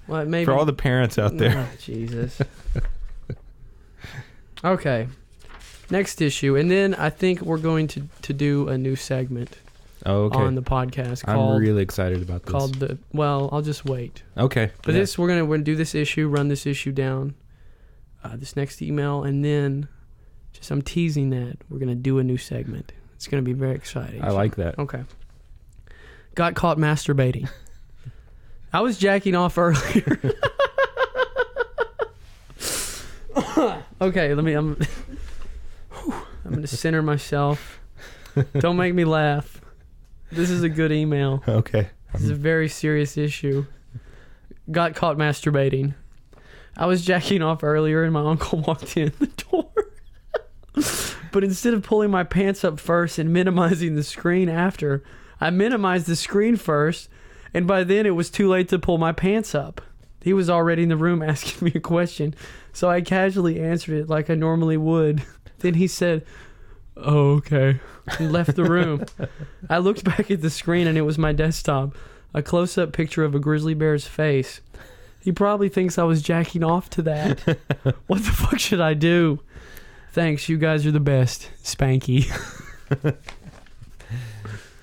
[SPEAKER 1] well, maybe
[SPEAKER 2] for all the parents
[SPEAKER 1] [laughs]
[SPEAKER 2] out there.
[SPEAKER 1] Ah, Jesus. okay, next issue, and then I think we're going to to do a new segment
[SPEAKER 2] Oh, okay.
[SPEAKER 1] on the podcast
[SPEAKER 2] I'm
[SPEAKER 1] called
[SPEAKER 2] really excited about this.
[SPEAKER 1] called the. Well, I'll just wait.
[SPEAKER 2] okay,
[SPEAKER 1] But
[SPEAKER 2] yeah.
[SPEAKER 1] this we're gonna we're gonna do this issue, run this issue down, uh, this next email, and then just I'm teasing that we're gonna do a new segment. It's gonna be very exciting.
[SPEAKER 2] I like that.
[SPEAKER 1] Okay. Got caught masturbating. I was jacking off earlier. [laughs] okay, let me. I'm. Whew, I'm gonna center myself. Don't make me laugh. This is a good email.
[SPEAKER 2] Okay,
[SPEAKER 1] This is a very serious issue. Got caught masturbating. I was jacking off earlier and my uncle [laughs] walked in the door. [laughs] but instead of pulling my pants up first and minimizing the screen after, I minimized the screen first, and by then it was too late to pull my pants up. He was already in the room [laughs] asking me a question, so I casually answered it like I normally would. Then he said, Oh, okay. And left the room. I looked back at the screen and it was my desktop. A close up picture of a grizzly bear's face. He probably thinks I was jacking off to that.
[SPEAKER 2] [laughs]
[SPEAKER 1] what the fuck should I do? Thanks, you guys are the best. Spanky.
[SPEAKER 2] [laughs]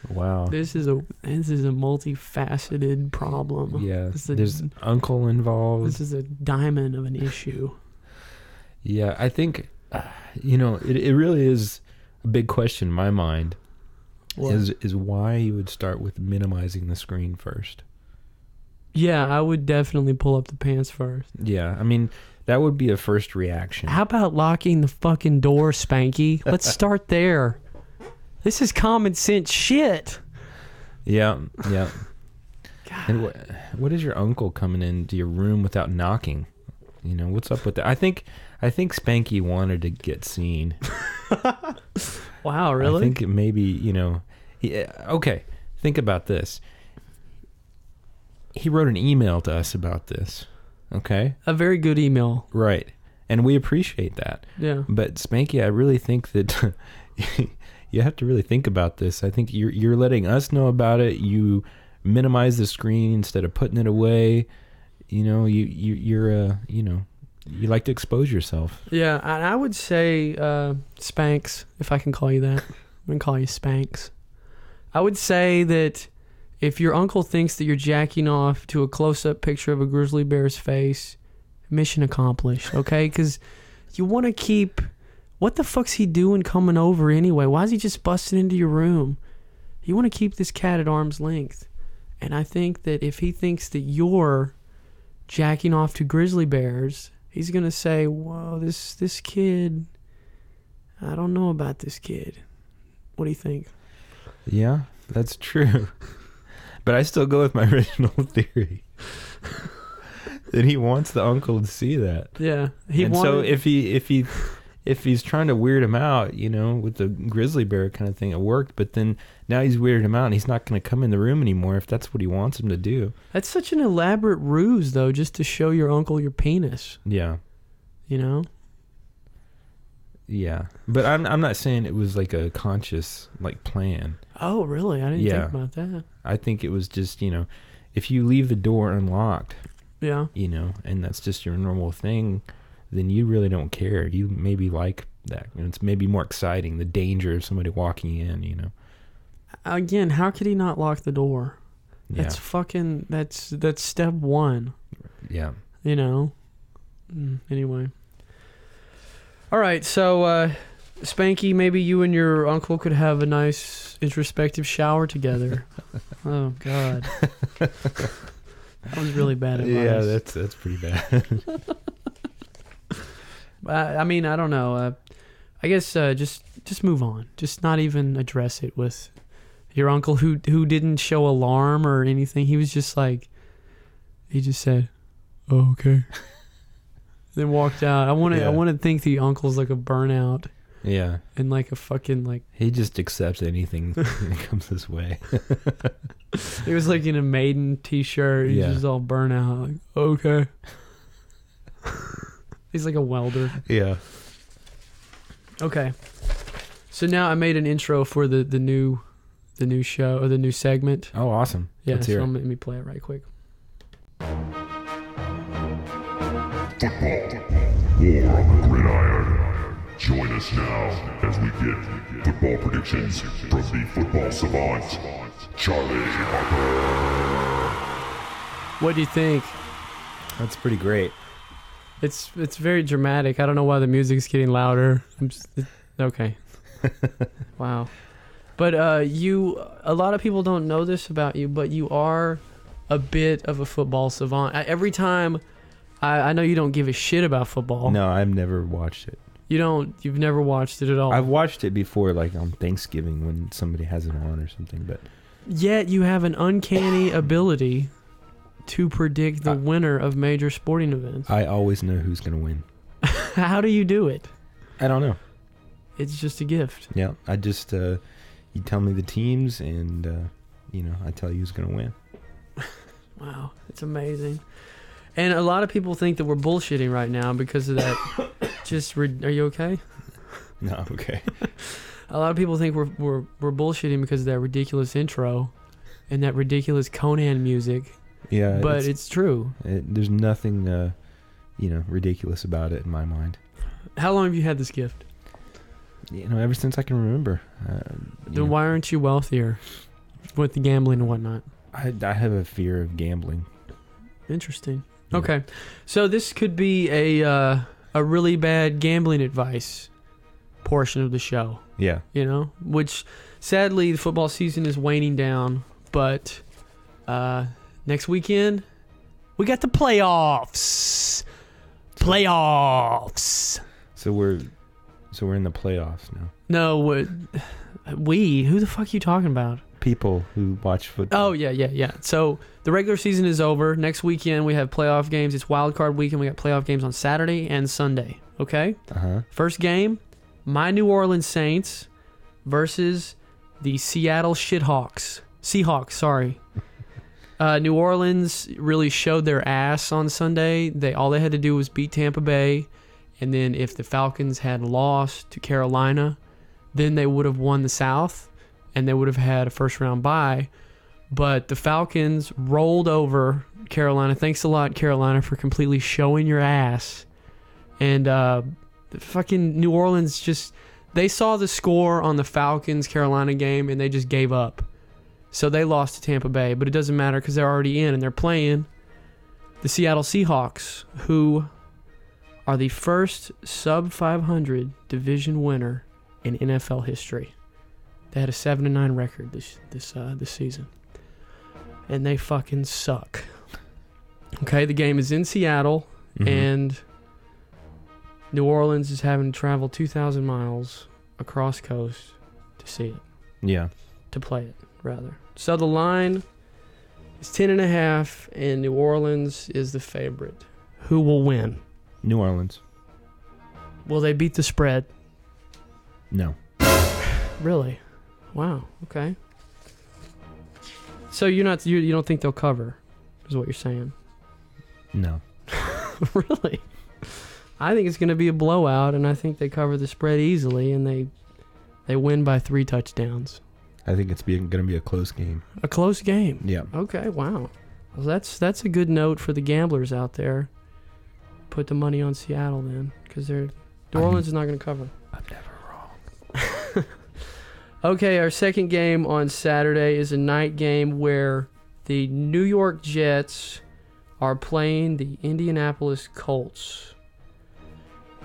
[SPEAKER 2] wow.
[SPEAKER 1] This is a this is a multifaceted problem.
[SPEAKER 2] Yeah,
[SPEAKER 1] This is a-
[SPEAKER 2] there's uncle involved.
[SPEAKER 1] This is a diamond of an issue.
[SPEAKER 2] Yeah, I think uh, you know it. It really is a big question in my mind.
[SPEAKER 1] What?
[SPEAKER 2] Is is why you would start with minimizing the screen first?
[SPEAKER 1] yeah, I would definitely pull up the pants first.
[SPEAKER 2] Yeah, I mean that would be a first reaction.
[SPEAKER 1] How about locking the fucking door,
[SPEAKER 2] [laughs]
[SPEAKER 1] Spanky? Let's start there. This is common sense shit.
[SPEAKER 2] Yeah, yeah. And what, what is your uncle coming into your room without knocking? You know what's up with that? I think I think Spanky wanted to get seen.
[SPEAKER 1] Wow,
[SPEAKER 2] I
[SPEAKER 1] really?
[SPEAKER 2] think eh, maybe you know. He, okay, think about this. he wrote an email to us about this. Okay,
[SPEAKER 1] A very good email.
[SPEAKER 2] right, and we appreciate that.
[SPEAKER 1] Yeah.
[SPEAKER 2] But Spanky, I really think that [laughs] you have to really think about this. I think you're you're letting us know about it. You minimize the screen instead of putting it away. You know, you you you're uh you know you like to expose yourself.
[SPEAKER 1] Yeah, and I would say uh, Spanx, if I can call you that. I'm going to call you Spanx. I would say that if your uncle thinks that you're jacking off to a close up picture of a grizzly bear's face, mission accomplished, okay? Because you want to keep. What the fuck's he doing coming over anyway? Why is he just busting into your room? You want to keep this cat at arm's length. And I think that if he thinks that you're jacking off to grizzly bears, he's gonna say, "Whoa, this this kid, I don't know about this kid." What do you think?
[SPEAKER 2] Yeah, that's true. [laughs] but I still go with my [laughs] original theory. [laughs] that he wants the uncle to see that.
[SPEAKER 1] Yeah, he
[SPEAKER 2] and
[SPEAKER 1] wanted.
[SPEAKER 2] so if he if he if he's trying to weird him out, you know, with the grizzly bear kind of thing, it worked. But then now he's weirded him out, and he's not going to come in the room anymore if that's what he wants him to do.
[SPEAKER 1] that's such an elaborate ruse, though, just to show your uncle your penis.
[SPEAKER 2] Yeah,
[SPEAKER 1] You know?
[SPEAKER 2] yeah. But I'm I'm not saying it was like a conscious like plan.
[SPEAKER 1] Oh, really? I didn't
[SPEAKER 2] Yeah.
[SPEAKER 1] think about that.
[SPEAKER 2] I think it was just you know, if you leave the door unlocked,
[SPEAKER 1] Yeah.
[SPEAKER 2] you know, and that's just your normal thing, then you really don't care. You maybe like that. And it's maybe more exciting, the danger of somebody walking in, you know.
[SPEAKER 1] Again, how could he not lock the door?
[SPEAKER 2] Yeah.
[SPEAKER 1] That's fucking. That's that's step one.
[SPEAKER 2] yeah.
[SPEAKER 1] you know. Mm, Anyway. All right, so uh, Spanky, maybe you and your uncle could have a nice introspective shower together. oh God, that was really bad advice.
[SPEAKER 2] Yeah, that's that's pretty bad.
[SPEAKER 1] I, I mean, I don't know. Uh, I guess uh, just just move on. Just not even address it with your uncle who who didn't show alarm or anything. He was just like he just said, "Oh,
[SPEAKER 2] [laughs]
[SPEAKER 1] okay." then walked out. I want to
[SPEAKER 2] Yeah.
[SPEAKER 1] I want to think the uncle's like a burnout
[SPEAKER 2] yeah.
[SPEAKER 1] and like a fucking like
[SPEAKER 2] He just accepts anything [laughs] that comes his way.
[SPEAKER 1] he was like in a maiden t-shirt. He's
[SPEAKER 2] Yeah.
[SPEAKER 1] just all burnout. Like, "Okay."
[SPEAKER 2] [laughs]
[SPEAKER 1] He's like a welder.
[SPEAKER 2] Yeah.
[SPEAKER 1] Okay. So now I made an intro for the the new the new show or the new segment.
[SPEAKER 2] Oh, awesome.
[SPEAKER 1] Yeah,
[SPEAKER 2] Let's
[SPEAKER 1] so
[SPEAKER 2] hear
[SPEAKER 1] I'm-
[SPEAKER 2] it.
[SPEAKER 1] let me play it right quick.
[SPEAKER 3] War on the Gridiron. Join us now as we get football predictions from the football savant, Charlie Harper.
[SPEAKER 1] What do you think?
[SPEAKER 2] That's pretty great.
[SPEAKER 1] It's it's very dramatic. I don't know why the music's getting louder. I'm just, it-
[SPEAKER 2] [laughs]
[SPEAKER 1] okay. wow. But uh, you, a lot of people don't know this about you, but you are a bit of a football savant. I, every time, I, I know you don't give a shit about football.
[SPEAKER 2] No, I've never watched it.
[SPEAKER 1] You don't. You've never watched it at all.
[SPEAKER 2] I've watched it before, like on Thanksgiving when somebody has it on or something. But
[SPEAKER 1] Yet you have an uncanny ability to predict the
[SPEAKER 2] I-
[SPEAKER 1] winner of major sporting events.
[SPEAKER 2] I always know who's going to win.
[SPEAKER 1] [laughs] How do you do it?
[SPEAKER 2] I don't know.
[SPEAKER 1] It's just a gift.
[SPEAKER 2] Yeah, I just uh, you tell me the teams, and uh, you know I tell you who's gonna win.
[SPEAKER 1] Wow, it's amazing. And a lot of people think that we're bullshitting right now because of that. just re- are you okay?
[SPEAKER 2] No, [laughs] okay.
[SPEAKER 1] A lot of people think we're we're we're bullshitting because of that ridiculous intro and that ridiculous Conan music,
[SPEAKER 2] Yeah,
[SPEAKER 1] but
[SPEAKER 2] Uh, it's-
[SPEAKER 1] it's true.
[SPEAKER 2] it, there's nothing uh, you know ridiculous about it in my mind.
[SPEAKER 1] How long have you had this gift?
[SPEAKER 2] You know, ever since I can remember. Uh, you
[SPEAKER 1] Then
[SPEAKER 2] know,
[SPEAKER 1] why aren't you wealthier with the gambling and whatnot?
[SPEAKER 2] I, I have a fear of gambling.
[SPEAKER 1] Interesting.
[SPEAKER 2] Yeah.
[SPEAKER 1] Okay, so this could be a uh, a really bad gambling advice portion of the show,
[SPEAKER 2] Yeah,
[SPEAKER 1] you know, which sadly the football season is waning down, but uh, next weekend we got the playoffs. Playoffs.
[SPEAKER 2] so we're so we're in the playoffs now.
[SPEAKER 1] No, we, we who the fuck you talking about?
[SPEAKER 2] People who watch football.
[SPEAKER 1] Oh yeah, yeah, yeah. So the regular season is over. Next weekend we have playoff games. It's wild card weekend. We got playoff games on Saturday and Sunday. Okay.
[SPEAKER 2] Uh huh.
[SPEAKER 1] First game, my New Orleans Saints versus the Seattle Shithawks. Seahawks, sorry. Uh, New Orleans really showed their ass on Sunday. They all they had to do was beat Tampa Bay, and then if the Falcons had lost to Carolina, then they would have won the South, and they would have had a first round bye. But the Falcons rolled over Carolina. Thanks a lot, Carolina, for completely showing your ass. And uh, the fucking New Orleans just they saw the score on the Falcons Carolina game and they just gave up. So they lost to Tampa Bay, but it doesn't matter because they're already in and they're playing the Seattle Seahawks, who are the first sub 500 division winner in NFL history. They had a seven and nine record this this uh, this season, and they fucking suck. Okay, the game is in Seattle,
[SPEAKER 2] Mhm.
[SPEAKER 1] and New Orleans is having to travel 2,000 miles across coast to see it,
[SPEAKER 2] yeah,
[SPEAKER 1] to play it, rather. So the line is 10 and a half, and New Orleans is the favorite. Who will win?
[SPEAKER 2] New Orleans.
[SPEAKER 1] Will they beat the spread?
[SPEAKER 2] No,
[SPEAKER 1] Really? Wow. Okay. So you're not you, you don't think they'll cover, is what you're saying?
[SPEAKER 2] no.
[SPEAKER 1] [laughs] really? I think it's going to be a blowout, and I think they cover the spread easily, and they they win by three touchdowns.
[SPEAKER 2] I think it's going to be a close game.
[SPEAKER 1] A close game.
[SPEAKER 2] Yeah.
[SPEAKER 1] Okay, wow. Well, that's that's a good note for the gamblers out there. Put the money on Seattle then, because they're New
[SPEAKER 2] I'm-
[SPEAKER 1] Orleans is not going to cover.
[SPEAKER 2] I'm never wrong.
[SPEAKER 1] Okay, our second game on Saturday is a night game where the New York Jets are playing the Indianapolis Colts.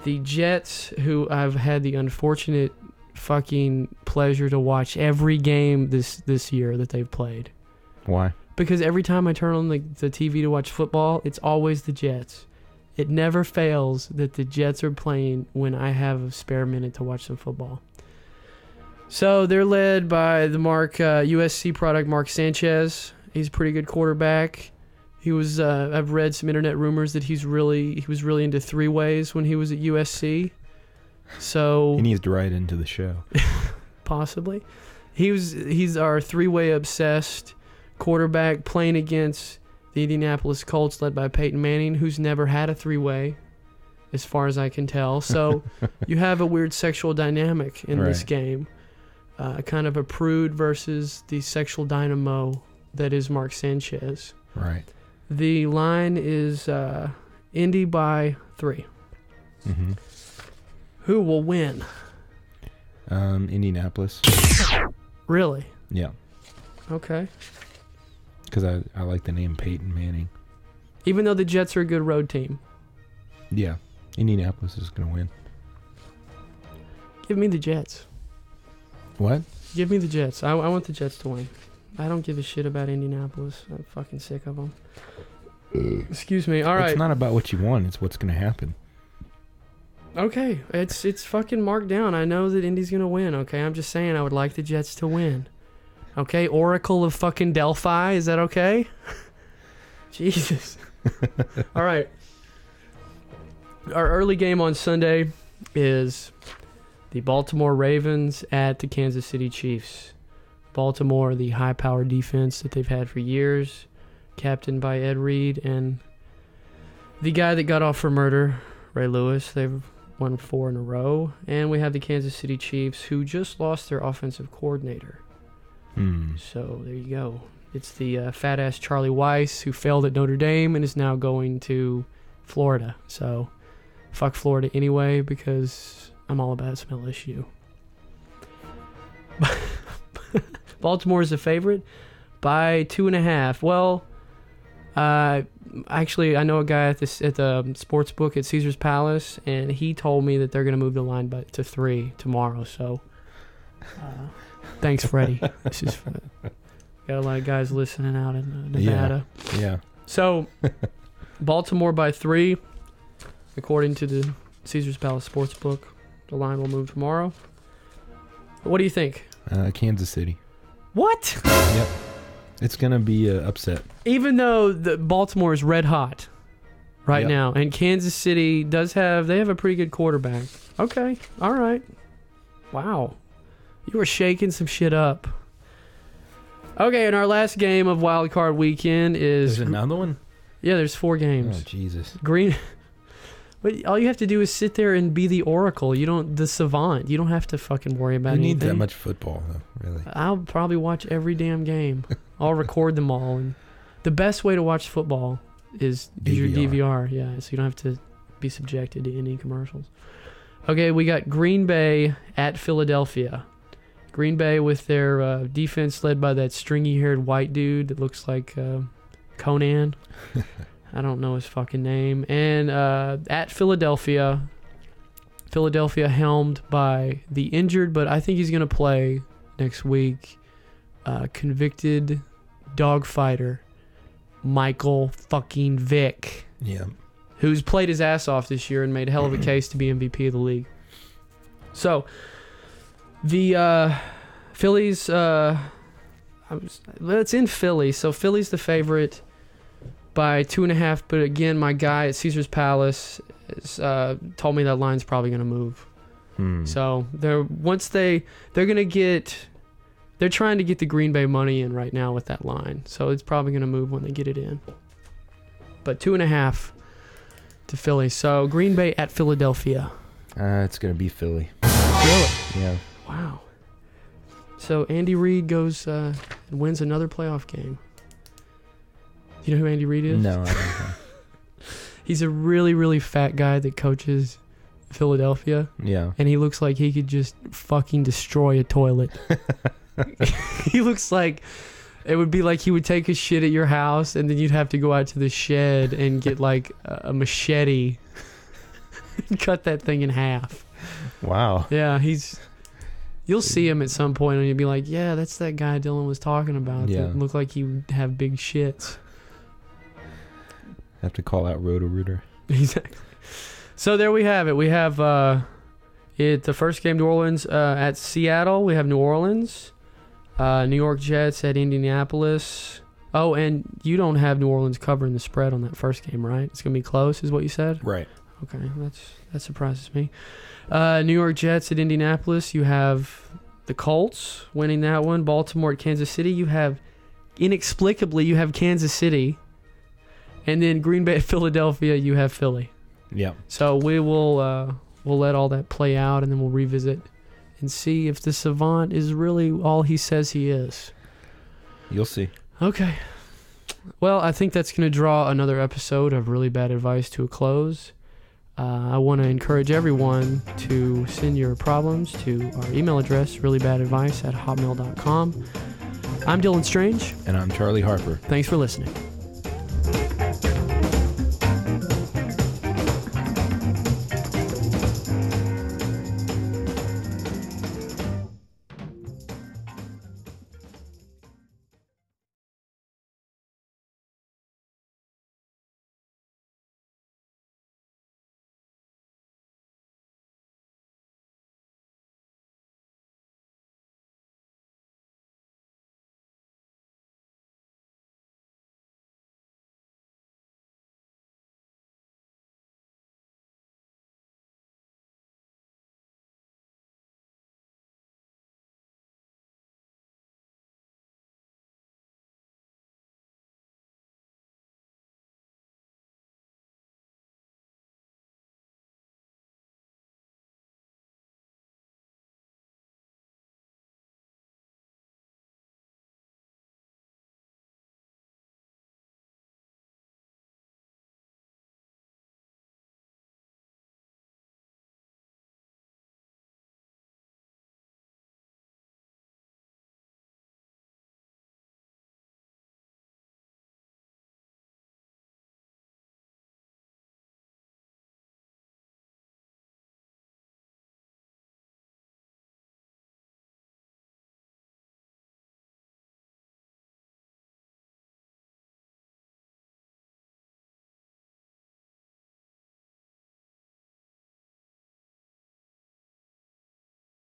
[SPEAKER 1] The Jets, who I've had the unfortunate fucking pleasure to watch every game this this year that they've played.
[SPEAKER 2] Why?
[SPEAKER 1] because every time I turn on the, the TV to watch football, it's always the Jets. It never fails that the Jets are playing when I have a spare minute to watch some football. So they're led by the Mark uh, USC product Mark Sanchez. He's a pretty good quarterback. He was uh, I've read some internet rumors that he's really he was really into three ways when he was at USC. So
[SPEAKER 2] He needs to write into the show.
[SPEAKER 1] possibly. He was he's our three-way obsessed quarterback playing against the Indianapolis Colts led by Peyton Manning who's never had a three-way as far as I can tell. So you have a weird sexual dynamic in this
[SPEAKER 2] Right.
[SPEAKER 1] game. Uh, kind of a prude versus the sexual dynamo that is Mark Sanchez.
[SPEAKER 2] Right.
[SPEAKER 1] The line is uh, Indy by 3.
[SPEAKER 2] Mm-hmm.
[SPEAKER 1] Who will win?
[SPEAKER 2] Um, Indianapolis.
[SPEAKER 1] Really?
[SPEAKER 2] Yeah,
[SPEAKER 1] Okay.
[SPEAKER 2] because I, I like the name Peyton Manning.
[SPEAKER 1] Even though the Jets are a good road team.
[SPEAKER 2] Yeah, Indianapolis is going to win.
[SPEAKER 1] Give me the Jets.
[SPEAKER 2] What?
[SPEAKER 1] Give me the Jets. I, I want the Jets to win. I don't give a shit about Indianapolis. I'm fucking sick of them. Excuse me. All right.
[SPEAKER 2] It's not about what you want; it's what's going to happen.
[SPEAKER 1] okay. It's it's fucking marked down. I know that Indy's gonna win. Okay. I'm just saying. I would like the Jets to win. Okay. Oracle of fucking Delphi. Is that okay? [laughs] Jesus. All right. Our early game on Sunday is the Baltimore Ravens at the Kansas City Chiefs. Baltimore, the high power defense that they've had for years, captained by Ed Reed and the guy that got off for murder, Ray Lewis. They've won four in a row. And we have the Kansas City Chiefs, who just lost their offensive coordinator.
[SPEAKER 2] Hmm.
[SPEAKER 1] So there you go. It's the uh, fat ass Charlie Weiss who failed at Notre Dame and is now going to Florida. So fuck Florida anyway because I'm all about smell issue. [laughs] Baltimore is a favorite by two and a half. Well, uh, actually, I know a guy at this at the sports book at Caesar's Palace, and he told me that they're going to move the line by, to three tomorrow. So, uh, thanks, Freddie. this is got a lot of guys listening out in uh,
[SPEAKER 2] Yeah.
[SPEAKER 1] Nevada.
[SPEAKER 2] Yeah.
[SPEAKER 1] So, Baltimore by three, according to the Caesar's Palace sports book. The line will move tomorrow. What do you think?
[SPEAKER 2] Uh, Kansas City.
[SPEAKER 1] What?
[SPEAKER 2] It's going to be uh, upset.
[SPEAKER 1] even though the Baltimore is red hot right
[SPEAKER 2] Yep.
[SPEAKER 1] now, and Kansas City does have they have a pretty good quarterback. Okay, all right. Wow, you were shaking some shit up. Okay, and our last game of Wild Card Weekend is
[SPEAKER 2] There's another one.
[SPEAKER 1] yeah. There's four
[SPEAKER 2] Oh
[SPEAKER 1] games.
[SPEAKER 2] Jesus!
[SPEAKER 1] Green. [laughs] But all you have to do is sit there and be the oracle. You don't the savant. You don't have to fucking worry about
[SPEAKER 2] We need
[SPEAKER 1] anything.
[SPEAKER 2] that much football, though. Really.
[SPEAKER 1] I'll probably watch every damn
[SPEAKER 2] [laughs]
[SPEAKER 1] game. I'll record them all. And the best way to watch football is is your
[SPEAKER 2] DVR.
[SPEAKER 1] DVR. Yeah, so you don't have to be subjected to any commercials. Okay, we got Green Bay at Philadelphia. Green Bay with their uh, defense led by that stringy-haired white dude that looks like uh, Conan. I don't know his fucking name. And uh, at Philadelphia, Philadelphia helmed by the injured, but I think he's going to play next week. Uh, convicted dog fighter Michael fucking Vick,
[SPEAKER 2] Yeah.
[SPEAKER 1] who's played his ass off this year and made a hell of a case to be MVP of the league. So, the uh, Phillies. Uh, I was, well, it's in Philly, so Philly's the favorite by two and a half. But again, my guy at Caesar's Palace is, uh, told me that line's probably going to move.
[SPEAKER 2] Hmm.
[SPEAKER 1] So they're once they they're gonna get they're trying to get the Green Bay money in right now with that line. So it's probably gonna move when they get it in. But two and a half to Philly. So Green Bay at Philadelphia.
[SPEAKER 2] Uh, it's gonna be Philly. Yeah.
[SPEAKER 1] Wow. So Andy Reid goes uh, and wins another playoff game. You know who Andy Reid is?
[SPEAKER 2] No. I don't [laughs] know.
[SPEAKER 1] He's a really, really fat guy that coaches Philadelphia.
[SPEAKER 2] yeah.
[SPEAKER 1] and he looks like he could just fucking destroy a toilet. [laughs] he looks like it would be like he would take a shit at your house, and then you'd have to go out to the shed and get like a, a machete [laughs] and cut that thing in half.
[SPEAKER 2] Wow.
[SPEAKER 1] Yeah, he's. You'll see him at some point, and you'll be like, "Yeah, that's that guy Dylan was talking about.
[SPEAKER 2] Yeah.
[SPEAKER 1] That looked like he would have big shits."
[SPEAKER 2] Have to call out Roto Rooter.
[SPEAKER 1] [laughs] Exactly. So there we have it. We have uh, it. The first game, New Orleans uh, at Seattle. We have New Orleans, uh, New York Jets at Indianapolis. Oh, and you don't have New Orleans covering the spread on that first game, right? It's gonna be close, is what you said.
[SPEAKER 2] Right.
[SPEAKER 1] Okay, that's that surprises me. Uh, New York Jets at Indianapolis. You have the Colts winning that one. Baltimore at Kansas City. You have inexplicably you have Kansas City, and then Green Bay at [laughs] Philadelphia. You have Philly.
[SPEAKER 2] Yeah.
[SPEAKER 1] So we will uh, we'll let all that play out, and then we'll revisit and see if the savant is really all he says he is.
[SPEAKER 2] You'll see.
[SPEAKER 1] Okay. Well, I think that's going to draw another episode of Really Bad Advice to a close. Uh, I want to encourage everyone to send your problems to our email address, reallybadadvice at hotmail.com. I'm Dylan Strange.
[SPEAKER 2] And I'm Charlie Harper.
[SPEAKER 1] Thanks for listening.